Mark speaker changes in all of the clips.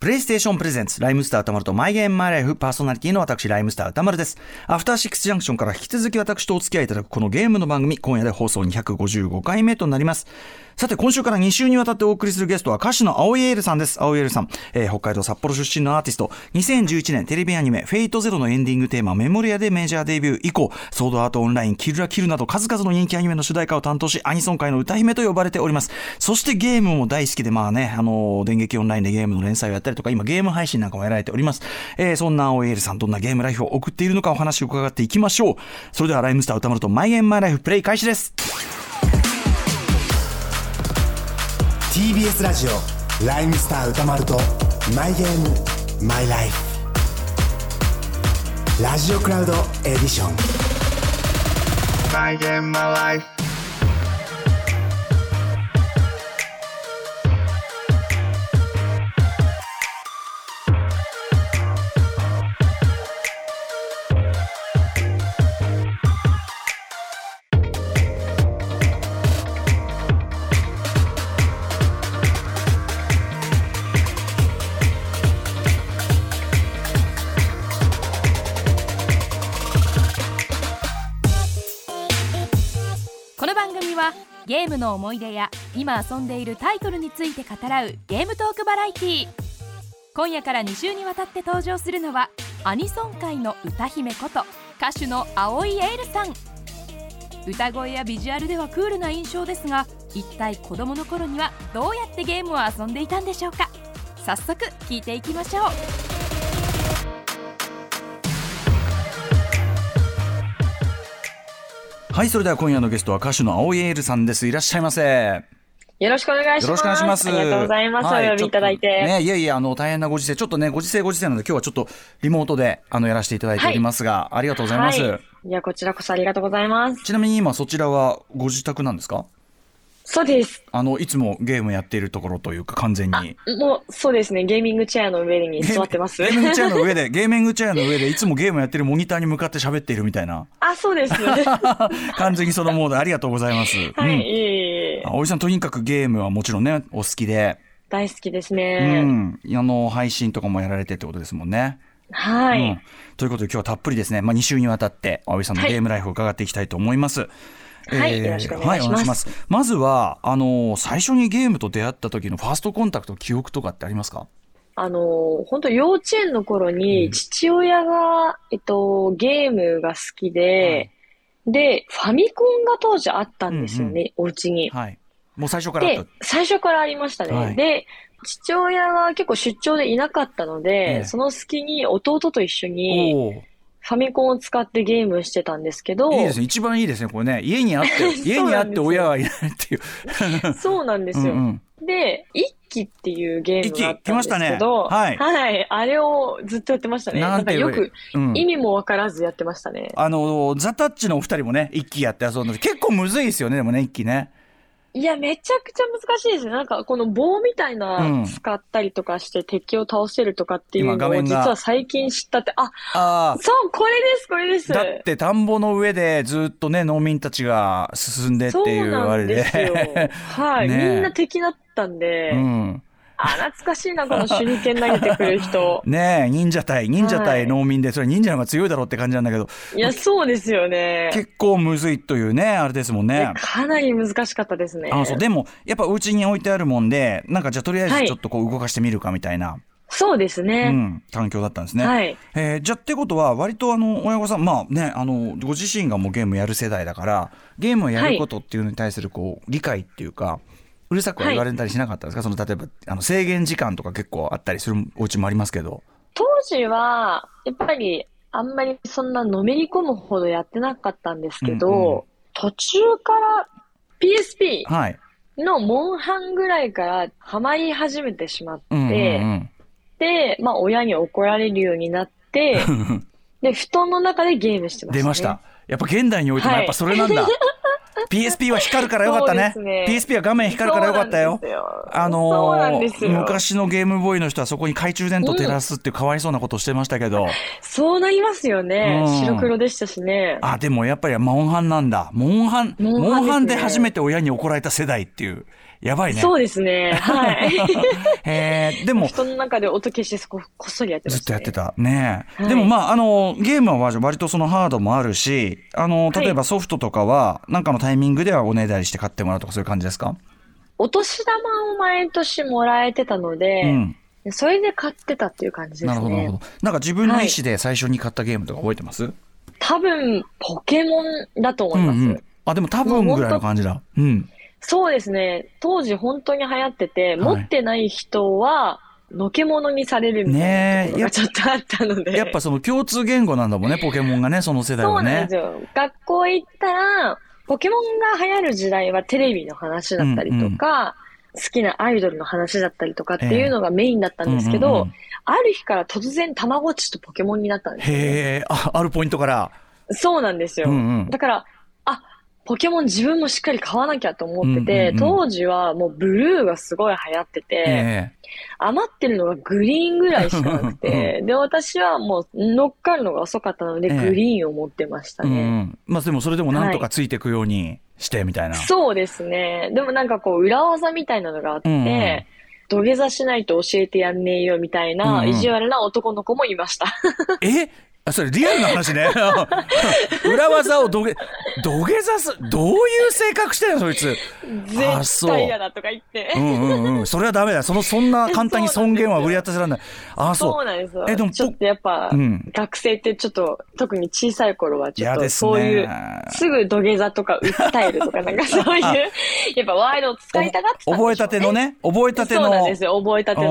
Speaker 1: プレイステーションプレゼンツ、ライムスター歌丸とマイゲームマイライフパーソナリティの私、ライムスター歌丸です。アフターシックスジャンクションから引き続き私とお付き合いいただくこのゲームの番組、今夜で放送255回目となります。さて、今週から2週にわたってお送りするゲストは歌手の青井エールさんです。青井エールさん、えー北海道札幌出身のアーティスト、2011年テレビアニメ、フェイトゼロのエンディングテーマ、メモリアでメジャーデビュー以降、ソードアートオンライン、キルラキルなど数々の人気アニメの主題歌を担当し、アニソン界の歌姫と呼ばれております。そしてゲームも大好きで、まあね、あの、電撃オンラインでゲームの連載をやったりとか、今ゲーム配信なんかもやられております。えーそんな青井エールさん、どんなゲームライフを送っているのかお話を伺っていきましょう。それでは、ライムスター歌丸とマイゲームマイライフプレイ開始です。
Speaker 2: TBS ラジオライムスター歌丸とマイゲームマイライフラジオクラウドエディション
Speaker 3: my game, my life.
Speaker 4: この番組はゲームの思い出や今遊んでいるタイトルについて語らうゲームトークバラエティー今夜から2週にわたって登場するのはアニソン界の歌姫こと歌手の青井エールさん歌声やビジュアルではクールな印象ですが一体子供の頃にはどうやってゲームを遊んでいたんでしょうか早速聞いていきましょう
Speaker 1: はい、それでは今夜のゲストは歌手の青井エールさんです。いらっしゃいませ。
Speaker 5: よろしくお願いします。
Speaker 1: よろしくお願いします。
Speaker 5: ありがとうございます。
Speaker 1: は
Speaker 5: お呼びいただいて。
Speaker 1: ちょっとね、いやいや、あの、大変なご時世、ちょっとね、ご時世ご時世なので、今日はちょっとリモートで、あの、やらせていただいておりますが、ありがとうございます。
Speaker 5: はい。いや、こちらこそありがとうございます。
Speaker 1: ちなみに今、そちらはご自宅なんですか
Speaker 5: そうです。
Speaker 1: あの、いつもゲームやっているところというか、完全に。
Speaker 5: もう、そうですね。ゲーミングチェアの上に座ってます
Speaker 1: ゲ。ーミングチェアの上で、ゲーミングチェアの上で、いつもゲームやってるモニターに向かって喋っているみたい な。
Speaker 5: あ、そう です。は
Speaker 1: 完全にそのモード、ありがとうございます。
Speaker 5: い。
Speaker 1: うん。
Speaker 5: いえいえ
Speaker 1: 青井さん、とにかくゲームはもちろんね、お好きで、
Speaker 5: 大好きです
Speaker 1: う
Speaker 5: ね。
Speaker 1: ん。あの、配信とかもやられてってことですもんね。
Speaker 5: は
Speaker 1: う
Speaker 5: い
Speaker 1: ん。、ということで今日はたっぷりですね、まあ、2週にわたって青井さんの
Speaker 5: はい
Speaker 1: ゲームライフを伺っていきたいと思います。
Speaker 5: はい
Speaker 1: えー
Speaker 5: よろしくお願いします
Speaker 1: はますまずはあのー最初にゲームと出会った時のファーストコンタクト記憶とかってありますか
Speaker 5: あの、本当幼稚園の頃に、父親が、えっと、ゲームが好きで、で、ファミコンが当時あったんですよね、お家に。
Speaker 1: はいもう最初からあっ
Speaker 5: で
Speaker 1: た、
Speaker 5: 最初からありましたね。
Speaker 1: はい
Speaker 5: で、父親が結構出張でいなかったので、
Speaker 1: ええ
Speaker 5: その隙に弟と一緒に
Speaker 1: おー
Speaker 5: ファミコンを使ってゲームしてたんですけど、
Speaker 1: いいですね一番いいですねこれね家にあって家にあって親はいないっていう
Speaker 5: そうなんですよ。
Speaker 1: うんうん
Speaker 5: で、一機っていうゲームがあったんで
Speaker 1: 一揆来まし
Speaker 5: すけ
Speaker 1: たね
Speaker 5: ど、
Speaker 1: はい
Speaker 5: あれをずっとやってましたね。
Speaker 1: な
Speaker 5: なんん
Speaker 1: て
Speaker 5: か
Speaker 1: 言え
Speaker 5: よ
Speaker 1: ばいい
Speaker 5: く
Speaker 1: うん
Speaker 5: 意味もわからずやってましたね。
Speaker 1: あのーザ・タッチのお二人もね一気やって遊んで結構むずいですよねでもね一気ね
Speaker 5: いや、めちゃくちゃ難しいですね。なんかこの棒みたい
Speaker 1: うん
Speaker 5: な使ったりとかして敵を倒せるとかっていう
Speaker 1: 今画
Speaker 5: のを
Speaker 1: 面
Speaker 5: 実
Speaker 1: が
Speaker 5: は最近知ったって、あ、
Speaker 1: ああ
Speaker 5: そう、これです、これです。
Speaker 1: だって田んぼの上でずっとね農民たちが進んでって
Speaker 5: そう
Speaker 1: いうあ
Speaker 5: な
Speaker 1: れ
Speaker 5: んで
Speaker 1: です
Speaker 5: よ。 はい、
Speaker 1: ねえ
Speaker 5: みんな敵だったんで、
Speaker 1: うん、。
Speaker 5: あ、懐かしいな、この手裏剣投げてくる人
Speaker 1: ねえ忍者対忍者
Speaker 5: は
Speaker 1: 対
Speaker 5: い
Speaker 1: 農民でそれ忍者の方が強いだろうって感じなんだけど
Speaker 5: いや、そうですよね。
Speaker 1: 結構むずいというねあれですもんね
Speaker 5: で。かなり難しかったですね。
Speaker 1: あそうでもやっぱお家に置いてあるもんでなんかじゃあとりあえ
Speaker 5: は
Speaker 1: ず
Speaker 5: い
Speaker 1: ちょっとこう動かしてみるかみたいな、
Speaker 5: そうです
Speaker 1: う
Speaker 5: ね。
Speaker 1: ん、環境だったんですね。
Speaker 5: はい。
Speaker 1: えーじゃあってことは割とあの親御さんまあねあのご自身がもうゲームやる世代だからゲームをやることっていうのに対するこう理解っていうかうるさくは言われたりしなかったんですか、その例えばあの制限時間とか結構あったりするお家もありますけど
Speaker 5: 当時は、やっぱり、あんまりそんなのめり込むほどやってなかったんですけど、
Speaker 1: うんうん
Speaker 5: 途中から PSP
Speaker 1: はい、
Speaker 5: のモンハンぐらいからハマり始めてしまって、
Speaker 1: うんうんうん
Speaker 5: で、まあ親に怒られるように なって、で、布団の中でゲームしてました、ね。
Speaker 1: 出ましたやっぱ現代においてもやっぱそれなん だ、PSP は光るからよかったね
Speaker 5: そうです
Speaker 1: PSP は画面光るからよかったよあ
Speaker 5: そうなん
Speaker 1: のー
Speaker 5: ですよ。
Speaker 1: 昔のゲームボーイの人はそこに懐中電灯照らすっていうかわいそうなことをしてましたけど、
Speaker 5: そうなりますよね
Speaker 1: うん。
Speaker 5: 白黒でしたしね。
Speaker 1: あ、でもやっぱりモンハンなんだ。モンハン、
Speaker 5: モ
Speaker 1: モ
Speaker 5: ンハンですね
Speaker 1: ンハンで初めて親に怒られた世代っていう。やばいね。
Speaker 5: そうですね。はい。
Speaker 1: えーで も、
Speaker 5: 布団の中で音消してそこ、こっそりやってま
Speaker 1: ずっ
Speaker 5: す、
Speaker 1: と
Speaker 5: ね。
Speaker 1: やってた。ねえ
Speaker 5: はい
Speaker 1: でもまあ、あの、ゲームは割とそのハードもあるし、あの、例えばソフトとかは、なんかのタイミングではおねだりして買ってもらうとかそういう感じですか
Speaker 5: お年玉を毎年もらえてたので、
Speaker 1: うん。
Speaker 5: それで買ってたっていう感じで
Speaker 1: な
Speaker 5: す
Speaker 1: るほど、なるほ
Speaker 5: ね。
Speaker 1: ど。なんか自分の意思で最初に買ったゲームとか覚えてます、
Speaker 5: 多分、ポケモンだと思います。
Speaker 1: うんうん。あ、でも多分ぐらいの感じだ。うん。
Speaker 5: そうですね。当時本当に流行ってて、持ってない人は、のけものにされるみたいなところがちょっとあったので。
Speaker 1: やっぱその共通言語なんだもんね、ポケモンがね、その世代
Speaker 5: そ
Speaker 1: は
Speaker 5: うなん
Speaker 1: ね
Speaker 5: です。よ。学校行ったら、ポケモンが流行る時代はテレビの話だったりとか、好きなアイドルの話だったりとかっていうのがメインだったんですけど、
Speaker 1: うんうんうん
Speaker 5: ある日から突然たまごっちとポケモンになったんですよね、
Speaker 1: へえ、あ、あるポイントから。
Speaker 5: そうなんですよ。
Speaker 1: うんうん
Speaker 5: だから、あ、ポケモン自分もしっかり買わなきゃと思ってて、
Speaker 1: うんうんうん
Speaker 5: 当時はもうブルーがすごい流行ってて、
Speaker 1: え
Speaker 5: 余ってるのがグリーンぐらいしかなくて、で、私はもう乗っかるのが遅かったので、
Speaker 1: ええ
Speaker 5: グリーンを持ってました
Speaker 1: え。うん
Speaker 5: ね。
Speaker 1: うん。まあでもそれでもなんとかついていくようにして、みたいな。
Speaker 5: そうですね。でもなんかこう、裏技みたいなのがあって、
Speaker 1: うんうん
Speaker 5: 土下座しないと教えてやんねえよみたい
Speaker 1: うんう
Speaker 5: なん意地悪な男の子もい ました。
Speaker 1: えあそれリアルな話 ね裏技を土下土下座すどういう性格してんのそい つあ
Speaker 5: 絶
Speaker 1: そう
Speaker 5: 対嫌だとか言って。
Speaker 1: うんうんうんそれはダメだそのそんな簡単に尊厳は売り当てられない あそう
Speaker 5: そうなんですよ。
Speaker 1: えでも
Speaker 5: ちょっとやっぱ、
Speaker 1: うん
Speaker 5: 学生ってちょっと、特に小さい頃はちょっ
Speaker 1: 嫌で
Speaker 5: と、
Speaker 1: すね
Speaker 5: そういう、すぐ土下座とか訴えるとか、なんかそうい う、
Speaker 1: あ
Speaker 5: やっぱワイドを使いたがってたんでしょう
Speaker 1: 覚えたてのね覚えたての
Speaker 5: そうなんですよ、覚えたての。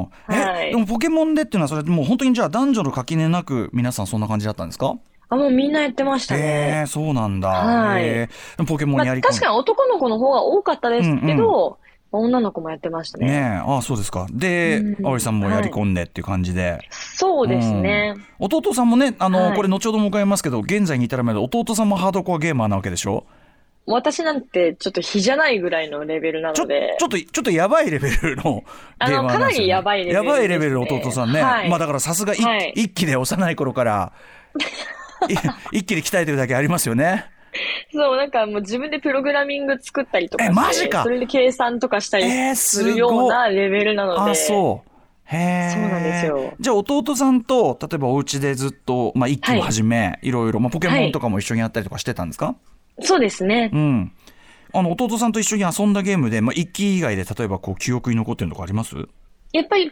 Speaker 1: おーえ、
Speaker 5: はい
Speaker 1: でもポケモンでっていうのはそれもう本当にじゃあ男女の垣根なく皆さんそんな感じだったんですか
Speaker 5: あ、もうみんなやってましたね。
Speaker 1: えー、そうなんだ、
Speaker 5: はい
Speaker 1: えーポケモンや
Speaker 5: まあ、
Speaker 1: り込
Speaker 5: 確
Speaker 1: む
Speaker 5: かに男の子の方が多かったですけど、女の子もやってましたね。
Speaker 1: ねえあそうですかで
Speaker 5: うん
Speaker 1: 葵さんもやり込んでっていう感じで、
Speaker 5: そうですね。
Speaker 1: 弟さんもね、あの、
Speaker 5: はい
Speaker 1: これ後ほども伺いますけど、現在に至るまで弟さんもハードコアゲーマーなわけでしょ
Speaker 5: 私なんてちょっと比じゃないぐらいのレベルな
Speaker 1: ちょ
Speaker 5: ので
Speaker 1: ちょ。っと、ちょっとやばいレベルの
Speaker 5: あ
Speaker 1: ゲ
Speaker 5: の
Speaker 1: ーマーなんですよ、ね。
Speaker 5: かなりやばいレベルですね
Speaker 1: やばいレベル弟さんね。
Speaker 5: はい
Speaker 1: まあだからさすが一、
Speaker 5: はい
Speaker 1: 一気で幼い頃 から、い一気で鍛えてるだけありますよね。
Speaker 5: そう、なんかもう自分でプログラミング作ったりとかして。
Speaker 1: えマジか
Speaker 5: それで計算とかした
Speaker 1: えー
Speaker 5: り
Speaker 1: す
Speaker 5: す
Speaker 1: ごい
Speaker 5: るようなレベルなので。
Speaker 1: あ、そう。へー
Speaker 5: そうなんですよ
Speaker 1: じゃあ弟さんと、例えばお家でずっと、まあ一気をはじめ、い、ろいろ、まあポケモンとかも一緒にやったりとかしてたんですか、
Speaker 5: そうですね
Speaker 1: う。ん。あの、弟さんと一緒に遊んだゲームで、まあ一気以外で例えばこう記憶に残ってるのとかあります
Speaker 5: やっぱり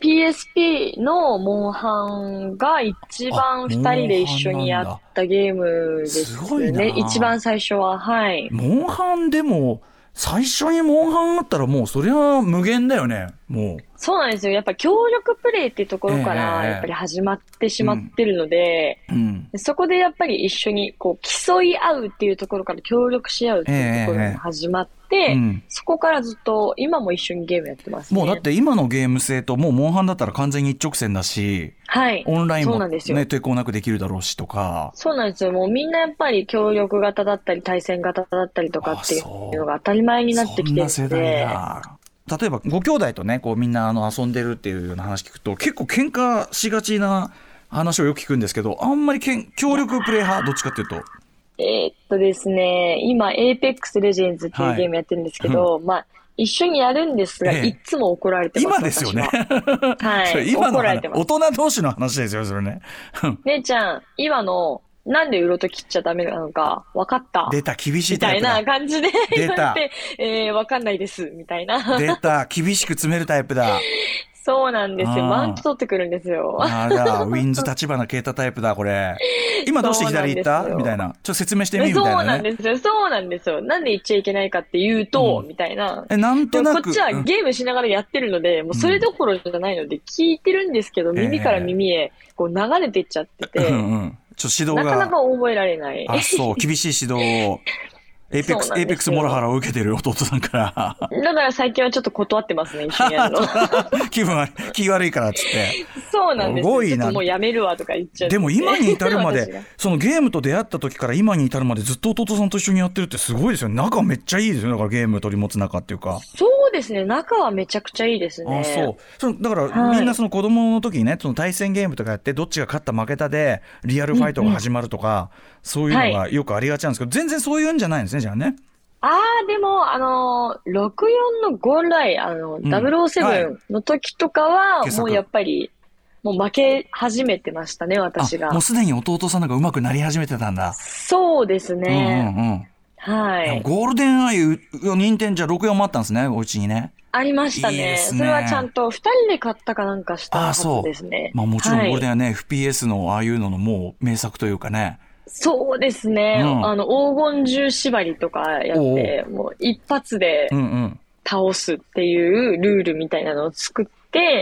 Speaker 5: PSP のモンハンが一番二人で一緒にやったゲームです
Speaker 1: あモンハンなんだ
Speaker 5: ね
Speaker 1: すご。いな
Speaker 5: 一番最初は、はい。
Speaker 1: モンハンでも最初にモンハンあったらもうそれは無限だよねもう
Speaker 5: そうなんですよ。やっぱ協力プレイっていうところか
Speaker 1: え
Speaker 5: ら、
Speaker 1: え
Speaker 5: やっぱり始まってしまってるので、
Speaker 1: うん
Speaker 5: そこでやっぱり一緒にこう競い合うっていうところから協力し合うっていうところが始まって、
Speaker 1: うん
Speaker 5: そこからずっと今も一緒にゲームやってますね。
Speaker 1: もうだって今のゲーム性ともうモンハンだったら完全に一直線だし
Speaker 5: はい。
Speaker 1: オンライン
Speaker 5: そ
Speaker 1: も
Speaker 5: うなん
Speaker 1: ね
Speaker 5: ですよ。
Speaker 1: 抵抗なくできるだろうしとか
Speaker 5: そうなんですよ。もうみんなやっぱり協力型だったり対戦型だったりとかってい
Speaker 1: あそう
Speaker 5: うのが当たり前になってきてる
Speaker 1: そん
Speaker 5: の
Speaker 1: な世代
Speaker 5: で、
Speaker 1: だ例えばご兄弟とねこうみんなあの遊んでるっていうような話聞くと結構喧嘩しがちな話をよく聞くんですけどあんまりけん協力プレイ派どっちかっていうと
Speaker 5: えーっとですね、今 Apex Legends ってい
Speaker 1: は
Speaker 5: う
Speaker 1: い
Speaker 5: ゲームやってるんですけど、まあ、一緒にやるんですが、
Speaker 1: ええ
Speaker 5: いつも怒られてます。
Speaker 1: 今ですよね
Speaker 5: 私はは い
Speaker 1: それ今の
Speaker 5: 怒られ
Speaker 1: 話
Speaker 5: てます
Speaker 1: 大人同士の話ですよそれね
Speaker 5: 姉ちゃん、今の、なんでうろと切っちゃダメなのか、分かった。
Speaker 1: 出た厳しい
Speaker 5: み
Speaker 1: タ
Speaker 5: た
Speaker 1: イ
Speaker 5: い
Speaker 1: プだ
Speaker 5: な感じで
Speaker 1: 出
Speaker 5: 言
Speaker 1: た
Speaker 5: われて、えー、わかんないです、みたいな。
Speaker 1: 出た厳しく詰めるタイプだ
Speaker 5: そうなんですよ。
Speaker 1: あー
Speaker 5: マウント取ってくるんですよ。
Speaker 1: あら、ウィンズ立花啓太タイプだ、これ。今どうして左行った
Speaker 5: そうなんですよ
Speaker 1: みたいな。ちょっと説明して
Speaker 5: そ
Speaker 1: みみたいう
Speaker 5: な
Speaker 1: なんね。
Speaker 5: ですよ。そうなんですよ。なんで言っちゃいけないかって言うと、
Speaker 1: うん
Speaker 5: みたいな。
Speaker 1: え、なん
Speaker 5: で
Speaker 1: と
Speaker 5: も
Speaker 1: な
Speaker 5: こ
Speaker 1: く。
Speaker 5: っちは
Speaker 1: うん
Speaker 5: ゲームしながらやってるので、もうそれどころじゃないので、聞いてるんですけど、
Speaker 1: ええ
Speaker 5: 耳から耳へこう流れてっちゃってて、
Speaker 1: うんうん。ちょっと指
Speaker 5: な
Speaker 1: 導
Speaker 5: かな
Speaker 1: が。
Speaker 5: か覚えられない。
Speaker 1: あ、 そう、厳しい指導を。エイペック
Speaker 5: そ
Speaker 1: ス、
Speaker 5: うなんですよ
Speaker 1: エイペックスモロハラを受けてる弟さんから。
Speaker 5: だから最近はちょっと断ってますね、一緒にやるの。
Speaker 1: 気分悪い、気悪いからっつって。
Speaker 5: そうなんですよ。
Speaker 1: すごいな
Speaker 5: ちょっともうやめるわとか言っちゃって。
Speaker 1: でも今に至るま
Speaker 5: 私が
Speaker 1: で、そのゲームと出会った時から今に至るまでずっと弟さんと一緒にやってるってすごいですよね。仲めっちゃいいですよね。だからゲーム取り持つ仲っていうか。
Speaker 5: そうですね、仲はめちゃくちゃいいですね。
Speaker 1: あそうそのだから、
Speaker 5: はい
Speaker 1: みんなその子供の時にねその対戦ゲームとかやってどっちが勝った負けたでリアルファイトが始まるとか、そういうのがよくありがちなんですけど、全然そういうんじゃないんですねじゃあね。
Speaker 5: ああ、でも、あのー、64のゴールライン、あの、
Speaker 1: ん
Speaker 5: 007の時とかは、
Speaker 1: 傑
Speaker 5: も
Speaker 1: 作
Speaker 5: うやっぱり、もう負け始めてましたね、私
Speaker 1: あ
Speaker 5: が
Speaker 1: もう。すでに弟さんなんか上手くなり始めてたんだ。
Speaker 5: そうですね。
Speaker 1: うんうんうん
Speaker 5: はい
Speaker 1: や
Speaker 5: い。
Speaker 1: ゴールデンアイ、う任天じゃ64もあったんですね、お家にね。
Speaker 5: ありました
Speaker 1: いい
Speaker 5: ね。
Speaker 1: ですね
Speaker 5: それはちゃんと、二人で買ったかなんかした
Speaker 1: あ
Speaker 5: は
Speaker 1: あ、
Speaker 5: ず
Speaker 1: そう。
Speaker 5: ですね。
Speaker 1: まあもちろんゴールデンは
Speaker 5: はい。
Speaker 1: ね、FPS のああいうののもう名作というかね。
Speaker 5: そうですね。
Speaker 1: うん
Speaker 5: あの、黄金銃縛りとかやって、もう一発で
Speaker 1: うんうん。
Speaker 5: 倒すっていうルールみたいなのを作って、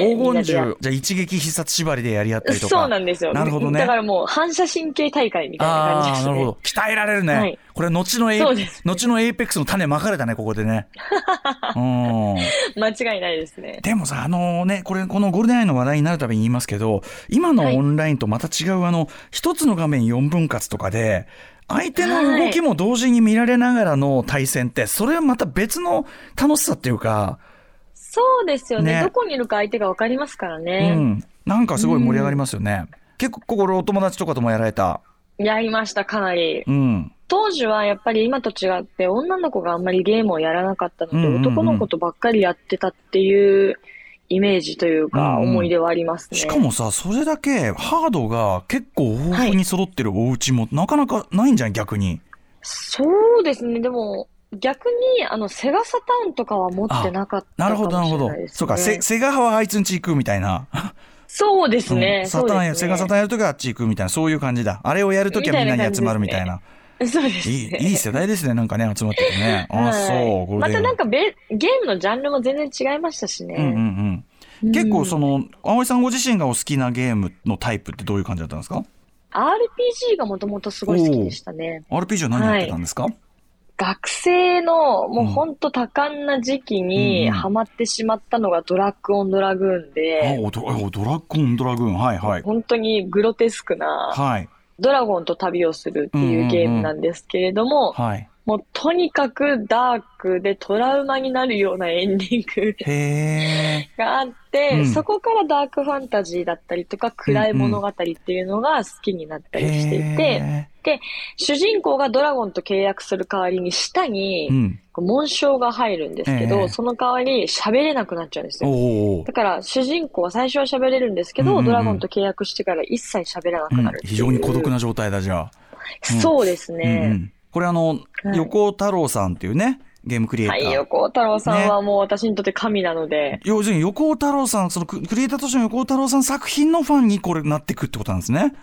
Speaker 1: 黄
Speaker 5: みんな
Speaker 1: 金
Speaker 5: でやっ
Speaker 1: 銃、じゃあ一撃必殺縛りでやり合ったりとか。
Speaker 5: そうなんですよ。
Speaker 1: なるほどね
Speaker 5: だからもう反射神経大会みたいな感じで
Speaker 1: ああ、
Speaker 5: す
Speaker 1: なる
Speaker 5: ね。
Speaker 1: ほど。鍛えられるね。
Speaker 5: はい
Speaker 1: これ、後のエイ、
Speaker 5: そうです
Speaker 1: 後のエイペックスの種まかれたね、ここで ね。うん。
Speaker 5: 間違いないですね。
Speaker 1: でもさ、あのね、これ、このゴールデンアイの話題になるたびに言いますけど、今の
Speaker 5: はい
Speaker 1: オンラインとまた違う、あの、一つの画面4分割とかで、相手の動きも同時に見られながらの対戦って、それはまた別の楽しさっていうか、
Speaker 5: そうですよね。
Speaker 1: ね
Speaker 5: どこにいるか相手がわかりますから
Speaker 1: う
Speaker 5: ね。
Speaker 1: ん。なんかすごい盛り上がりますよね。結構、これお友達とかともやられた。
Speaker 5: やりました、かなり。
Speaker 1: うん。
Speaker 5: 当時はやっぱり今と違って女の子があんまりゲームをやらなかったので、
Speaker 1: うんうんうん
Speaker 5: 男の子とばっかりやってたっていうイメージというか、
Speaker 1: うんうん
Speaker 5: 思い出はありますね。
Speaker 1: しかもさ、それだけハードが結構豊富に揃ってるお家もなかなかないんじゃん、逆に。
Speaker 5: そうですね。でも、逆に、あの、セガサターンとかは持ってなかった
Speaker 1: な
Speaker 5: か
Speaker 1: るほ
Speaker 5: もし
Speaker 1: ど、なるほ
Speaker 5: れ
Speaker 1: ど
Speaker 5: ないで。す
Speaker 1: そう
Speaker 5: ね。
Speaker 1: か、セセガ派はあいつんち行くみたいな。
Speaker 5: そうですね。
Speaker 1: うん
Speaker 5: そ
Speaker 1: サ
Speaker 5: う
Speaker 1: ターン
Speaker 5: で
Speaker 1: や、
Speaker 5: す
Speaker 1: セガサターンやるときはあっち行くみたいな、そういう感じだ。あれをやるときはみんなに集まるみたいな。
Speaker 5: ね。そうです
Speaker 1: い
Speaker 5: ね。
Speaker 1: い、いい世代ですね、なんかね、集まっててね。あ、
Speaker 5: はい
Speaker 1: そう、ゴール
Speaker 5: ま
Speaker 1: デン
Speaker 5: たなんかべゲームのジャンルも全然違いましたし
Speaker 1: うんうん
Speaker 5: ね。
Speaker 1: うん。結構
Speaker 5: の、
Speaker 1: その、葵さんご自身がお好きなゲームのタイプってどういう感じだったんですか
Speaker 5: RPG がもともとすごい好きでしたね。
Speaker 1: ?RPG は何やってたんですか、
Speaker 5: 学生のもううんほんと多感な時期
Speaker 1: うんう
Speaker 5: に
Speaker 1: ん
Speaker 5: ハマってしまったのがドラッグオンドラグーン
Speaker 1: あ
Speaker 5: で、
Speaker 1: おド、おドラゴン、ドラグーン。はいはい。
Speaker 5: 本当にグロテスクな
Speaker 1: はい。
Speaker 5: ドラゴンと旅をするっていうゲームなんですけれども、
Speaker 1: はい。
Speaker 5: もうとにかくダークでトラウマになるようなエンディン
Speaker 1: へ
Speaker 5: グ
Speaker 1: え。
Speaker 5: があって、
Speaker 1: うん
Speaker 5: そこからダークファンタジーだったりとか暗い物語っていうのが好きになったりしていて、
Speaker 1: へ
Speaker 5: 主人公がドラゴンと契約する代わりに舌
Speaker 1: ーう
Speaker 5: に
Speaker 1: ん。
Speaker 5: こう紋章が入るんですけど、
Speaker 1: ええ
Speaker 5: その代わり喋れなくなっちゃうんです
Speaker 1: お
Speaker 5: よ。
Speaker 1: お
Speaker 5: だ。から主人公は最初は喋れるんですけ
Speaker 1: う
Speaker 5: ど、
Speaker 1: んうんうん
Speaker 5: ドラゴンと契約してから一切喋らな
Speaker 1: う
Speaker 5: く
Speaker 1: ん
Speaker 5: なる、っていう
Speaker 1: 非常に孤独な状態だ、じゃあ。うん
Speaker 5: そうです
Speaker 1: うんう
Speaker 5: ね。
Speaker 1: ん、これあの、
Speaker 5: はい
Speaker 1: 横尾太郎さんっていうねゲームクリエイタ
Speaker 5: は
Speaker 1: ー、
Speaker 5: い、横尾太郎さんはもう私にとって神なので、
Speaker 1: 要するに横尾太郎さんそのククリエイターとしての横尾太郎さん作品のファンにこれなってくってことなんですね。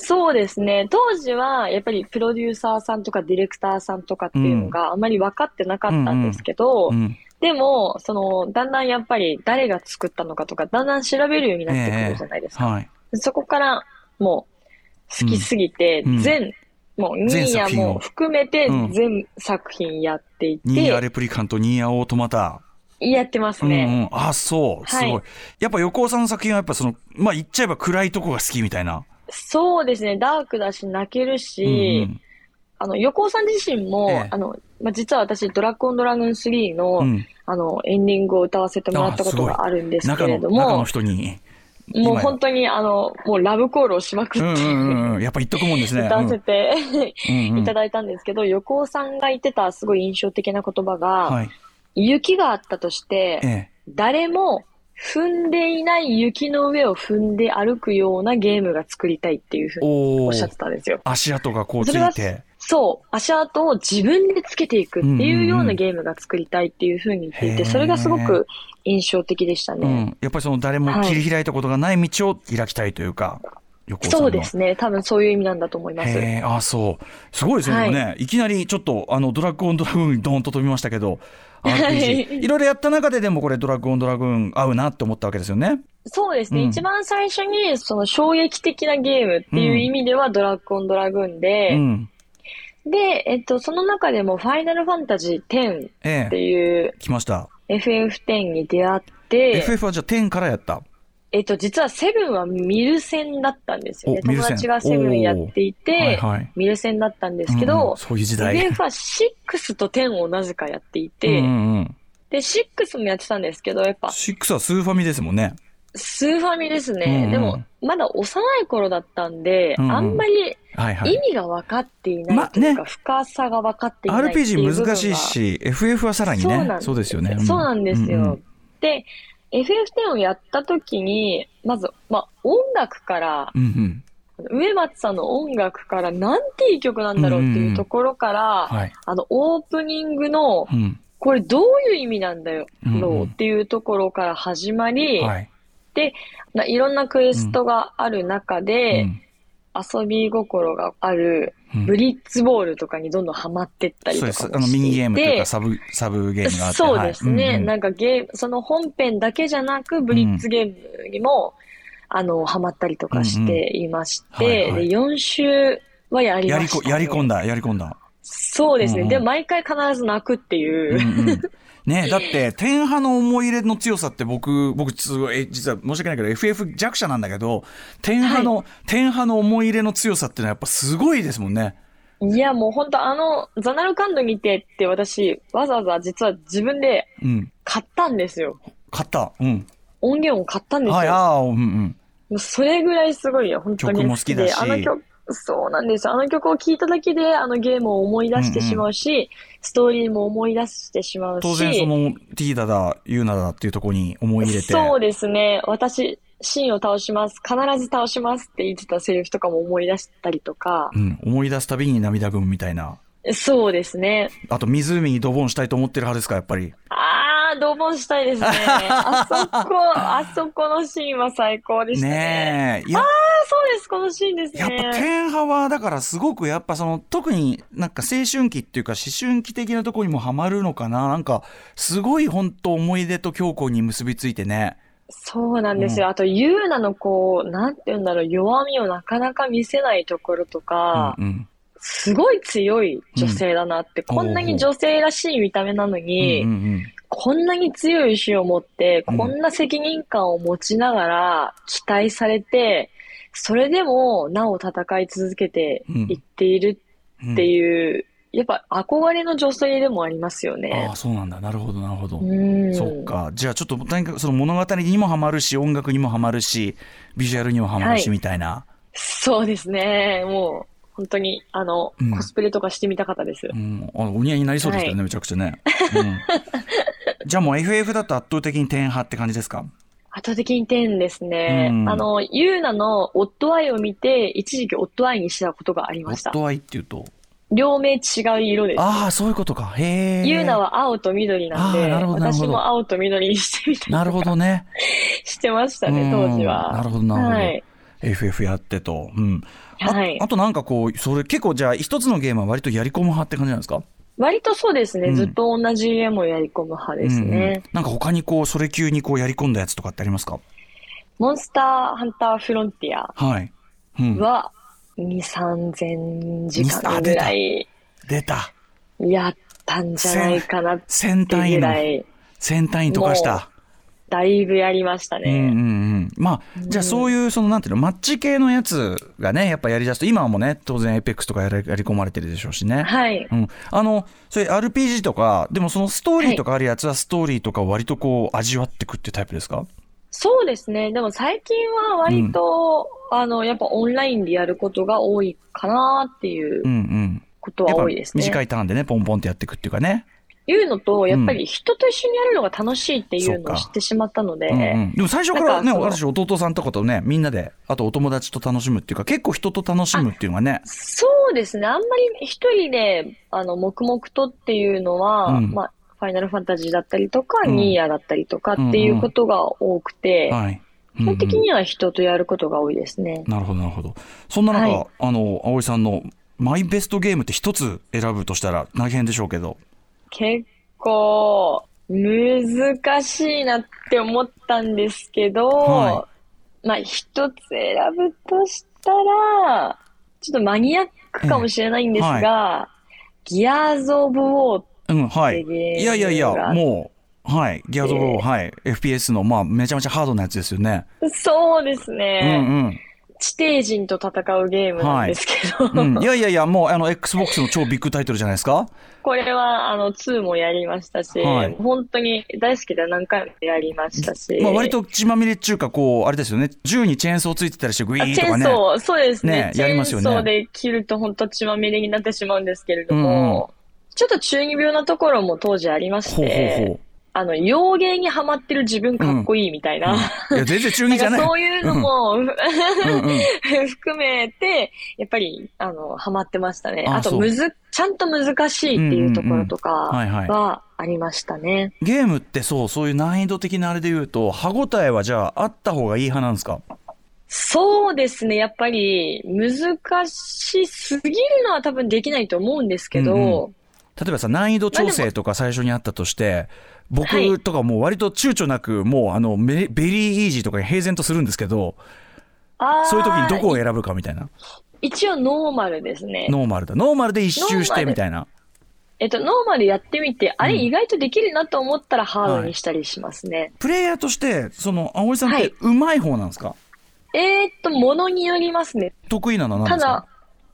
Speaker 5: そうですね。当時は、やっぱりプロデューサーさんとかディレクターさんとかっていうのがあまり分かってなかったんですけど、
Speaker 1: うん、
Speaker 5: でも、その、だんだんやっぱり誰が作ったのかとか、だんだん調べるようになってくるじゃないですか。
Speaker 1: はい、
Speaker 5: そこから、もう、好きすぎて
Speaker 1: うん、
Speaker 5: 全、もう、ニ
Speaker 1: 全
Speaker 5: ー
Speaker 1: 作
Speaker 5: ヤ
Speaker 1: 品を
Speaker 5: も含めて
Speaker 1: うん、
Speaker 5: 全作品やってい
Speaker 1: ニーヤ
Speaker 5: て、
Speaker 1: レプリカントニーヤオートマタ。
Speaker 5: やってます
Speaker 1: うんう
Speaker 5: ね。
Speaker 1: ん、あそうすごい,、
Speaker 5: はい
Speaker 1: やっぱ横尾さんの作品はやっぱそのまあ言っちゃえば暗いとこが好きみたいな。
Speaker 5: そうですね。ダークだし、泣け
Speaker 1: う
Speaker 5: る
Speaker 1: んう
Speaker 5: し、
Speaker 1: ん
Speaker 5: あの、横尾さん自身も、
Speaker 1: ええ
Speaker 5: あの、まあ、実は私、ドラゴンドラグーン3の、
Speaker 1: うん、
Speaker 5: あの、エンディングを歌わせてもらったことがあるんですけ
Speaker 1: 中
Speaker 5: れ
Speaker 1: の
Speaker 5: ど
Speaker 1: 中の
Speaker 5: も、
Speaker 1: 人に。
Speaker 5: もう
Speaker 1: 今
Speaker 5: 本当に、あの、もうラブコールをしまく
Speaker 1: う
Speaker 5: っ
Speaker 1: んう
Speaker 5: て、
Speaker 1: んうんうんやっぱ言っとくもんですね。
Speaker 5: 歌わせて、
Speaker 1: うんうんうん
Speaker 5: いただいたんですけど、横尾さんが言ってたすごい印象的な言葉が、
Speaker 1: はい。
Speaker 5: 雪があったとし
Speaker 1: え
Speaker 5: て、
Speaker 1: え。
Speaker 5: 誰も踏んでいない雪の上を踏んで歩くようなゲームが作りたいっていうふうに
Speaker 1: お
Speaker 5: お
Speaker 1: お
Speaker 5: っ。しゃってたんですよ。
Speaker 1: 足跡がこうつ
Speaker 5: それはい
Speaker 1: て。
Speaker 5: そう、足跡を自分でつけていくっていうよ
Speaker 1: う
Speaker 5: う
Speaker 1: んうんう
Speaker 5: なんゲームが作りたいっていうふうに言ってい
Speaker 1: へー
Speaker 5: て、それがすごく印象的でした
Speaker 1: う
Speaker 5: ね。
Speaker 1: ん、やっぱりその誰も切り開いたことがない道を開きたいというか、横尾さんの
Speaker 5: そうですね。多分そういう意味なんだと思います。
Speaker 1: へえ、あ、そう。すごいですね。
Speaker 5: はい
Speaker 1: でもねいきなりちょっと、あの、ドラッグオンドラグーンにドーンと飛びましたけど、
Speaker 5: はい
Speaker 1: RPG いろいろやった中ででもこれドラッグオンドラグーン合うなって思ったわけですよね。
Speaker 5: そうですね。
Speaker 1: うん
Speaker 5: 一番最初に、その衝撃的なゲームっていう意味ではドラッグオンドラグーンで、
Speaker 1: うん。
Speaker 5: で、えっと、その中でもファイナルファンタジー10っ
Speaker 1: え
Speaker 5: て
Speaker 1: え、
Speaker 5: いう
Speaker 1: 来ました。
Speaker 5: FF10 に出会って、
Speaker 1: FF はじゃあ10からやった。
Speaker 5: えっと、実は7はミル戦だったんですよね。
Speaker 1: おミル
Speaker 5: 友
Speaker 1: 戦
Speaker 5: 達が7やってい
Speaker 1: はい
Speaker 5: て、
Speaker 1: はい。
Speaker 5: ミル戦だったんですけ
Speaker 1: うんう
Speaker 5: ど
Speaker 1: ん、そういう時代。
Speaker 5: FF は6と10をなぜかやっていて、
Speaker 1: うんうんうん、
Speaker 5: で、6もやってたんですけど、やっぱ、
Speaker 1: 6はスーファミですもんね。
Speaker 5: スーファミですね。
Speaker 1: うんうん
Speaker 5: でも、まだ幼い頃だったんで、
Speaker 1: うんうん
Speaker 5: あんまり
Speaker 1: はいは
Speaker 5: 意
Speaker 1: い。
Speaker 5: 味が分かっていないという
Speaker 1: ま
Speaker 5: か、
Speaker 1: あね
Speaker 5: 深さが分かっていないっていう部分
Speaker 1: RPG
Speaker 5: が
Speaker 1: 難しいし、FF はさらに
Speaker 5: そう
Speaker 1: ね
Speaker 5: な、ん
Speaker 1: そうですよね。
Speaker 5: そうなんですよ。
Speaker 1: ううん
Speaker 5: で、FF10 をやった時に、まず、まあ、音楽から、
Speaker 1: うんうん。
Speaker 5: 植松さんの音楽から、なんていい曲なんだろうっていうところから、
Speaker 1: はい。
Speaker 5: あの、オープニングの
Speaker 1: う、ん。
Speaker 5: これどういう意味なんだよ、
Speaker 1: うん
Speaker 5: ろうっていうところから始まり、
Speaker 1: はい。
Speaker 5: ないろんなクエストがある中で、
Speaker 1: うん
Speaker 5: 遊び心がある、
Speaker 1: うん
Speaker 5: ブリッツボールとかにどんどんハマってったり
Speaker 1: そ
Speaker 5: と
Speaker 1: うで
Speaker 5: かも
Speaker 1: す
Speaker 5: し
Speaker 1: あ
Speaker 5: てい。て。
Speaker 1: の、ミニゲームというか、サブ、サブゲームがあって。
Speaker 5: そうですね。
Speaker 1: はいうんうん
Speaker 5: なんかゲーム、その本編だけじゃなく、ブリッツゲームにも、あの、ハマったりとかしていまし
Speaker 1: う
Speaker 5: て、
Speaker 1: んうんはいはい
Speaker 5: で、4週はやり
Speaker 1: や
Speaker 5: ま
Speaker 1: り
Speaker 5: した、
Speaker 1: こ、
Speaker 5: ね。
Speaker 1: やり込んだ、やり込んだ。
Speaker 5: そうですね。
Speaker 1: うんうん
Speaker 5: で、毎回必ず泣くっていう。
Speaker 1: うん うんねだって、天派の思い入れの強さって僕、僕、すごい、え実は申し訳ないけど、FF 弱者なんだけど、天派の、天派の思い入れの強さってのはやっぱすごいですもんね。
Speaker 5: いや、もう本当あの、ザナルカンドにてって私、わざわざ実は自分で
Speaker 1: うん。
Speaker 5: 買ったんですよ。
Speaker 1: 買った。うん。
Speaker 5: 音源を買ったんですよ。
Speaker 1: はい、ああ、うんうん。
Speaker 5: もうそれぐらいすごいよ、本当に
Speaker 1: 曲も好きだし
Speaker 5: あの曲、そうなんです。あの曲を聴いただけで、あのゲームを思い出してしまうし、ストーリーも思い出してしまうし。
Speaker 1: 当然、その、ティーダだ、ユーナだっていうところに思い入れて。
Speaker 5: そうですね。私、シーンを倒します。必ず倒しますって言ってたセリフとかも思い出したりとか。
Speaker 1: うん。思い出すたびに涙ぐむみたいな。
Speaker 5: そうですね。
Speaker 1: あと、湖にドボンしたいと思ってる派ですか、やっぱり。
Speaker 5: あー、ドボンしたいですね。 あそこ、あそこのシーンは最高でしたね。
Speaker 1: ねえ。いや、
Speaker 5: あそうです、このシーンです
Speaker 1: やっぱ
Speaker 5: ね。
Speaker 1: 天派はだからすごくやっぱその特になんか青春期っていうか思春期的なところにもハマるのかななんかすごい本当思い出と強固に結びついてね
Speaker 5: そうなんですよ。あと、ユーナのこう、なんて言うんだろう、弱みをなかなか見せないところとか、
Speaker 1: うんうん
Speaker 5: すごい強い女性だなって、
Speaker 1: うん
Speaker 5: こんなに女性らしい見た目なのに、
Speaker 1: うんうんうん
Speaker 5: こんなに強い意志を持って、
Speaker 1: うん
Speaker 5: こんな責任感を持ちながら期待されて、それでもなお戦い続けていっている
Speaker 1: うん
Speaker 5: っていう、やっぱ憧れの女性でもありますよ
Speaker 1: あ
Speaker 5: ね
Speaker 1: あ。そうなんだなるほどなるほど、
Speaker 5: うん。
Speaker 1: そうかじゃあちょっととにかくその物語にもハマるし音楽にもハマるしビジュアルにもハマるし
Speaker 5: はい
Speaker 1: みたいな、
Speaker 5: そうですね。もう、本当に、あの、
Speaker 1: うん
Speaker 5: コスプレとかしてみたかったです。
Speaker 1: うん、あお似合いになりそうですけどね、めちゃくちゃね、 うんじゃあもう FF だと圧倒的に天派って感じですか
Speaker 5: 圧倒的に点ですね。
Speaker 1: うん
Speaker 5: あの、ユーナのオットアイを見て、一時期オットアイにしたことがあり
Speaker 1: ホ
Speaker 5: まし
Speaker 1: ッ
Speaker 5: た。
Speaker 1: トアイっていうと
Speaker 5: 両目違う色です。
Speaker 1: ああそういうことかへえ
Speaker 5: ユーナは青と緑なん
Speaker 1: あー
Speaker 5: で、
Speaker 1: なるほどなるほど
Speaker 5: 私も青と緑にしてみたり
Speaker 1: なるほどね
Speaker 5: してましたね、当時は。
Speaker 1: うんなるほどなるほど
Speaker 5: はい。
Speaker 1: FF やってと。うん。あ,、
Speaker 5: はい
Speaker 1: あとなんかこう、それ結構じゃあ一つのゲームは割とやり込む派って感じなんですか
Speaker 5: 割とそうですね、
Speaker 1: うん
Speaker 5: ずっと同じゲームをやり込む派ですね。
Speaker 1: うんうんなんか他にこう、それ級にこうやり込んだやつとかってありますか
Speaker 5: モンスターハンターフロンティア
Speaker 1: はい。うん。
Speaker 5: は、2、3000時間ぐらい
Speaker 1: 出た。
Speaker 5: やったんじゃないかなって
Speaker 1: 戦隊
Speaker 5: ぐ
Speaker 1: 員の
Speaker 5: ら、い、
Speaker 1: 戦隊員とかし
Speaker 5: も
Speaker 1: た。
Speaker 5: だいぶやりました
Speaker 1: うんうん
Speaker 5: ね。
Speaker 1: うん。まあ、じゃあそういう、そのなんていうの、マッチ系のやつがね、やっぱやりだすと、今はもうね、当然エイペックスとかやりやり込まれてるでしょうしね。
Speaker 5: はい。
Speaker 1: うん、あのそれ RPG とかでもそのストーリーとかあるやつはストーリーとかを割とこう味わってくっていうタイプですか、
Speaker 5: そうですね。でも最近は割と、あの、やっぱオンラインでやることが多いかなっていう
Speaker 1: うんうん、
Speaker 5: こと
Speaker 1: や
Speaker 5: は
Speaker 1: っぱ
Speaker 5: 多いですね。
Speaker 1: 短いターンでね、ポンポンってやっていくっていうかね。
Speaker 5: いうのと、やっぱり人と一緒にやるのが楽しいっていうのを知ってしまったので、
Speaker 1: うんうん、でも最初からね、
Speaker 5: なんか
Speaker 1: 私、弟さんとかとね、みんなで、あとお友達と楽しむっていうか、結構人と楽しむっていうのがね、
Speaker 5: そうですね。あんまり一人で、あの、黙々とっていうのは、
Speaker 1: うん
Speaker 5: まあ、ファイナルファンタジーだったりとか、
Speaker 1: うん
Speaker 5: ニーヤだったりとかっていうことが多くて、
Speaker 1: はい。
Speaker 5: 基本的
Speaker 1: うん
Speaker 5: には人とやることが多いですね。
Speaker 1: うんなるほど、なるほど。そんな中、
Speaker 5: はい
Speaker 1: あの、葵さんのマイベストゲームって一つ選ぶとしたら大変でしょうけど、
Speaker 5: 結構、難しいなって思ったんですけど、
Speaker 1: は
Speaker 5: まあ、一つ選ぶとしたら、ちょっとマニアックかもしれないんです
Speaker 1: ええ
Speaker 5: が、ギアーズ・オブ・ウォー
Speaker 1: うん、はい。
Speaker 5: ゲームが
Speaker 1: いやいやいや、もう、はい。ギアゾロ、はい。FPS の、まあ、めちゃめちゃハードなやつですよね。
Speaker 5: そうです
Speaker 1: うん
Speaker 5: ね。
Speaker 1: うん。
Speaker 5: 地底人と戦うゲームなんですけど、
Speaker 1: うん、い やいやいや、もうあの XBOX の超ビッグタイトルじゃないですか。
Speaker 5: これはあの2もやりましたし、
Speaker 1: はい
Speaker 5: 本当に大好きで何回もやりましたし、
Speaker 1: まあ、割と血まみれっちゅうか、こう、あれですよね、銃にチェーンソーついてたりして、グイ
Speaker 5: あ
Speaker 1: ーン
Speaker 5: チ
Speaker 1: と
Speaker 5: ェー
Speaker 1: か
Speaker 5: ン
Speaker 1: ね。
Speaker 5: ソー、そうですね
Speaker 1: ねやりますよね
Speaker 5: チェーンソーで切ると本当血まみれになってしまうんですけれど
Speaker 1: うんうん
Speaker 5: も、ちょっと中二病なところも当時ありまし
Speaker 1: ほうほう
Speaker 5: て、
Speaker 1: ほ
Speaker 5: あの、洋芸にハマってる自分かっこいいみたいな、
Speaker 1: う。いや、全然中二じゃな
Speaker 5: な
Speaker 1: んい。
Speaker 5: かそういうのも、
Speaker 1: うんうん、
Speaker 5: 含めて、やっぱり、あの、ハマってましたね。
Speaker 1: あ
Speaker 5: あと
Speaker 1: そう
Speaker 5: むず、ちゃんと難しいっていうところと
Speaker 1: んう
Speaker 5: か
Speaker 1: んはいはい
Speaker 5: はありましたね。
Speaker 1: ゲームってそう、そういう難易度的なあれで言うと、歯応えはじゃあ、あった方がいい派なんですか
Speaker 5: そうですね、やっぱり、難しすぎるのは多分できないと思うんですけど、
Speaker 1: うん例えばさ、難易度調整とか最初にあったとして、僕とかもう割と躊躇なく、もうあの、めベリーイージーとかに平然とするんですけど、
Speaker 5: あー
Speaker 1: そういう時にどこを選ぶかみたいな。
Speaker 5: 一応ノーマルですね。
Speaker 1: ノーマルだ。ノーマルで一周してみたいな。
Speaker 5: えっと、ノーマルやってみて、あれ意外とできるなと思ったらハードにしたりしますね。
Speaker 1: プレイヤーとして、その、葵さんっ
Speaker 5: は
Speaker 1: て
Speaker 5: いう
Speaker 1: まい方なんですか、
Speaker 5: えーっと、ものによりますね。
Speaker 1: 得意なのは
Speaker 5: た
Speaker 1: 何です
Speaker 5: だ
Speaker 1: か、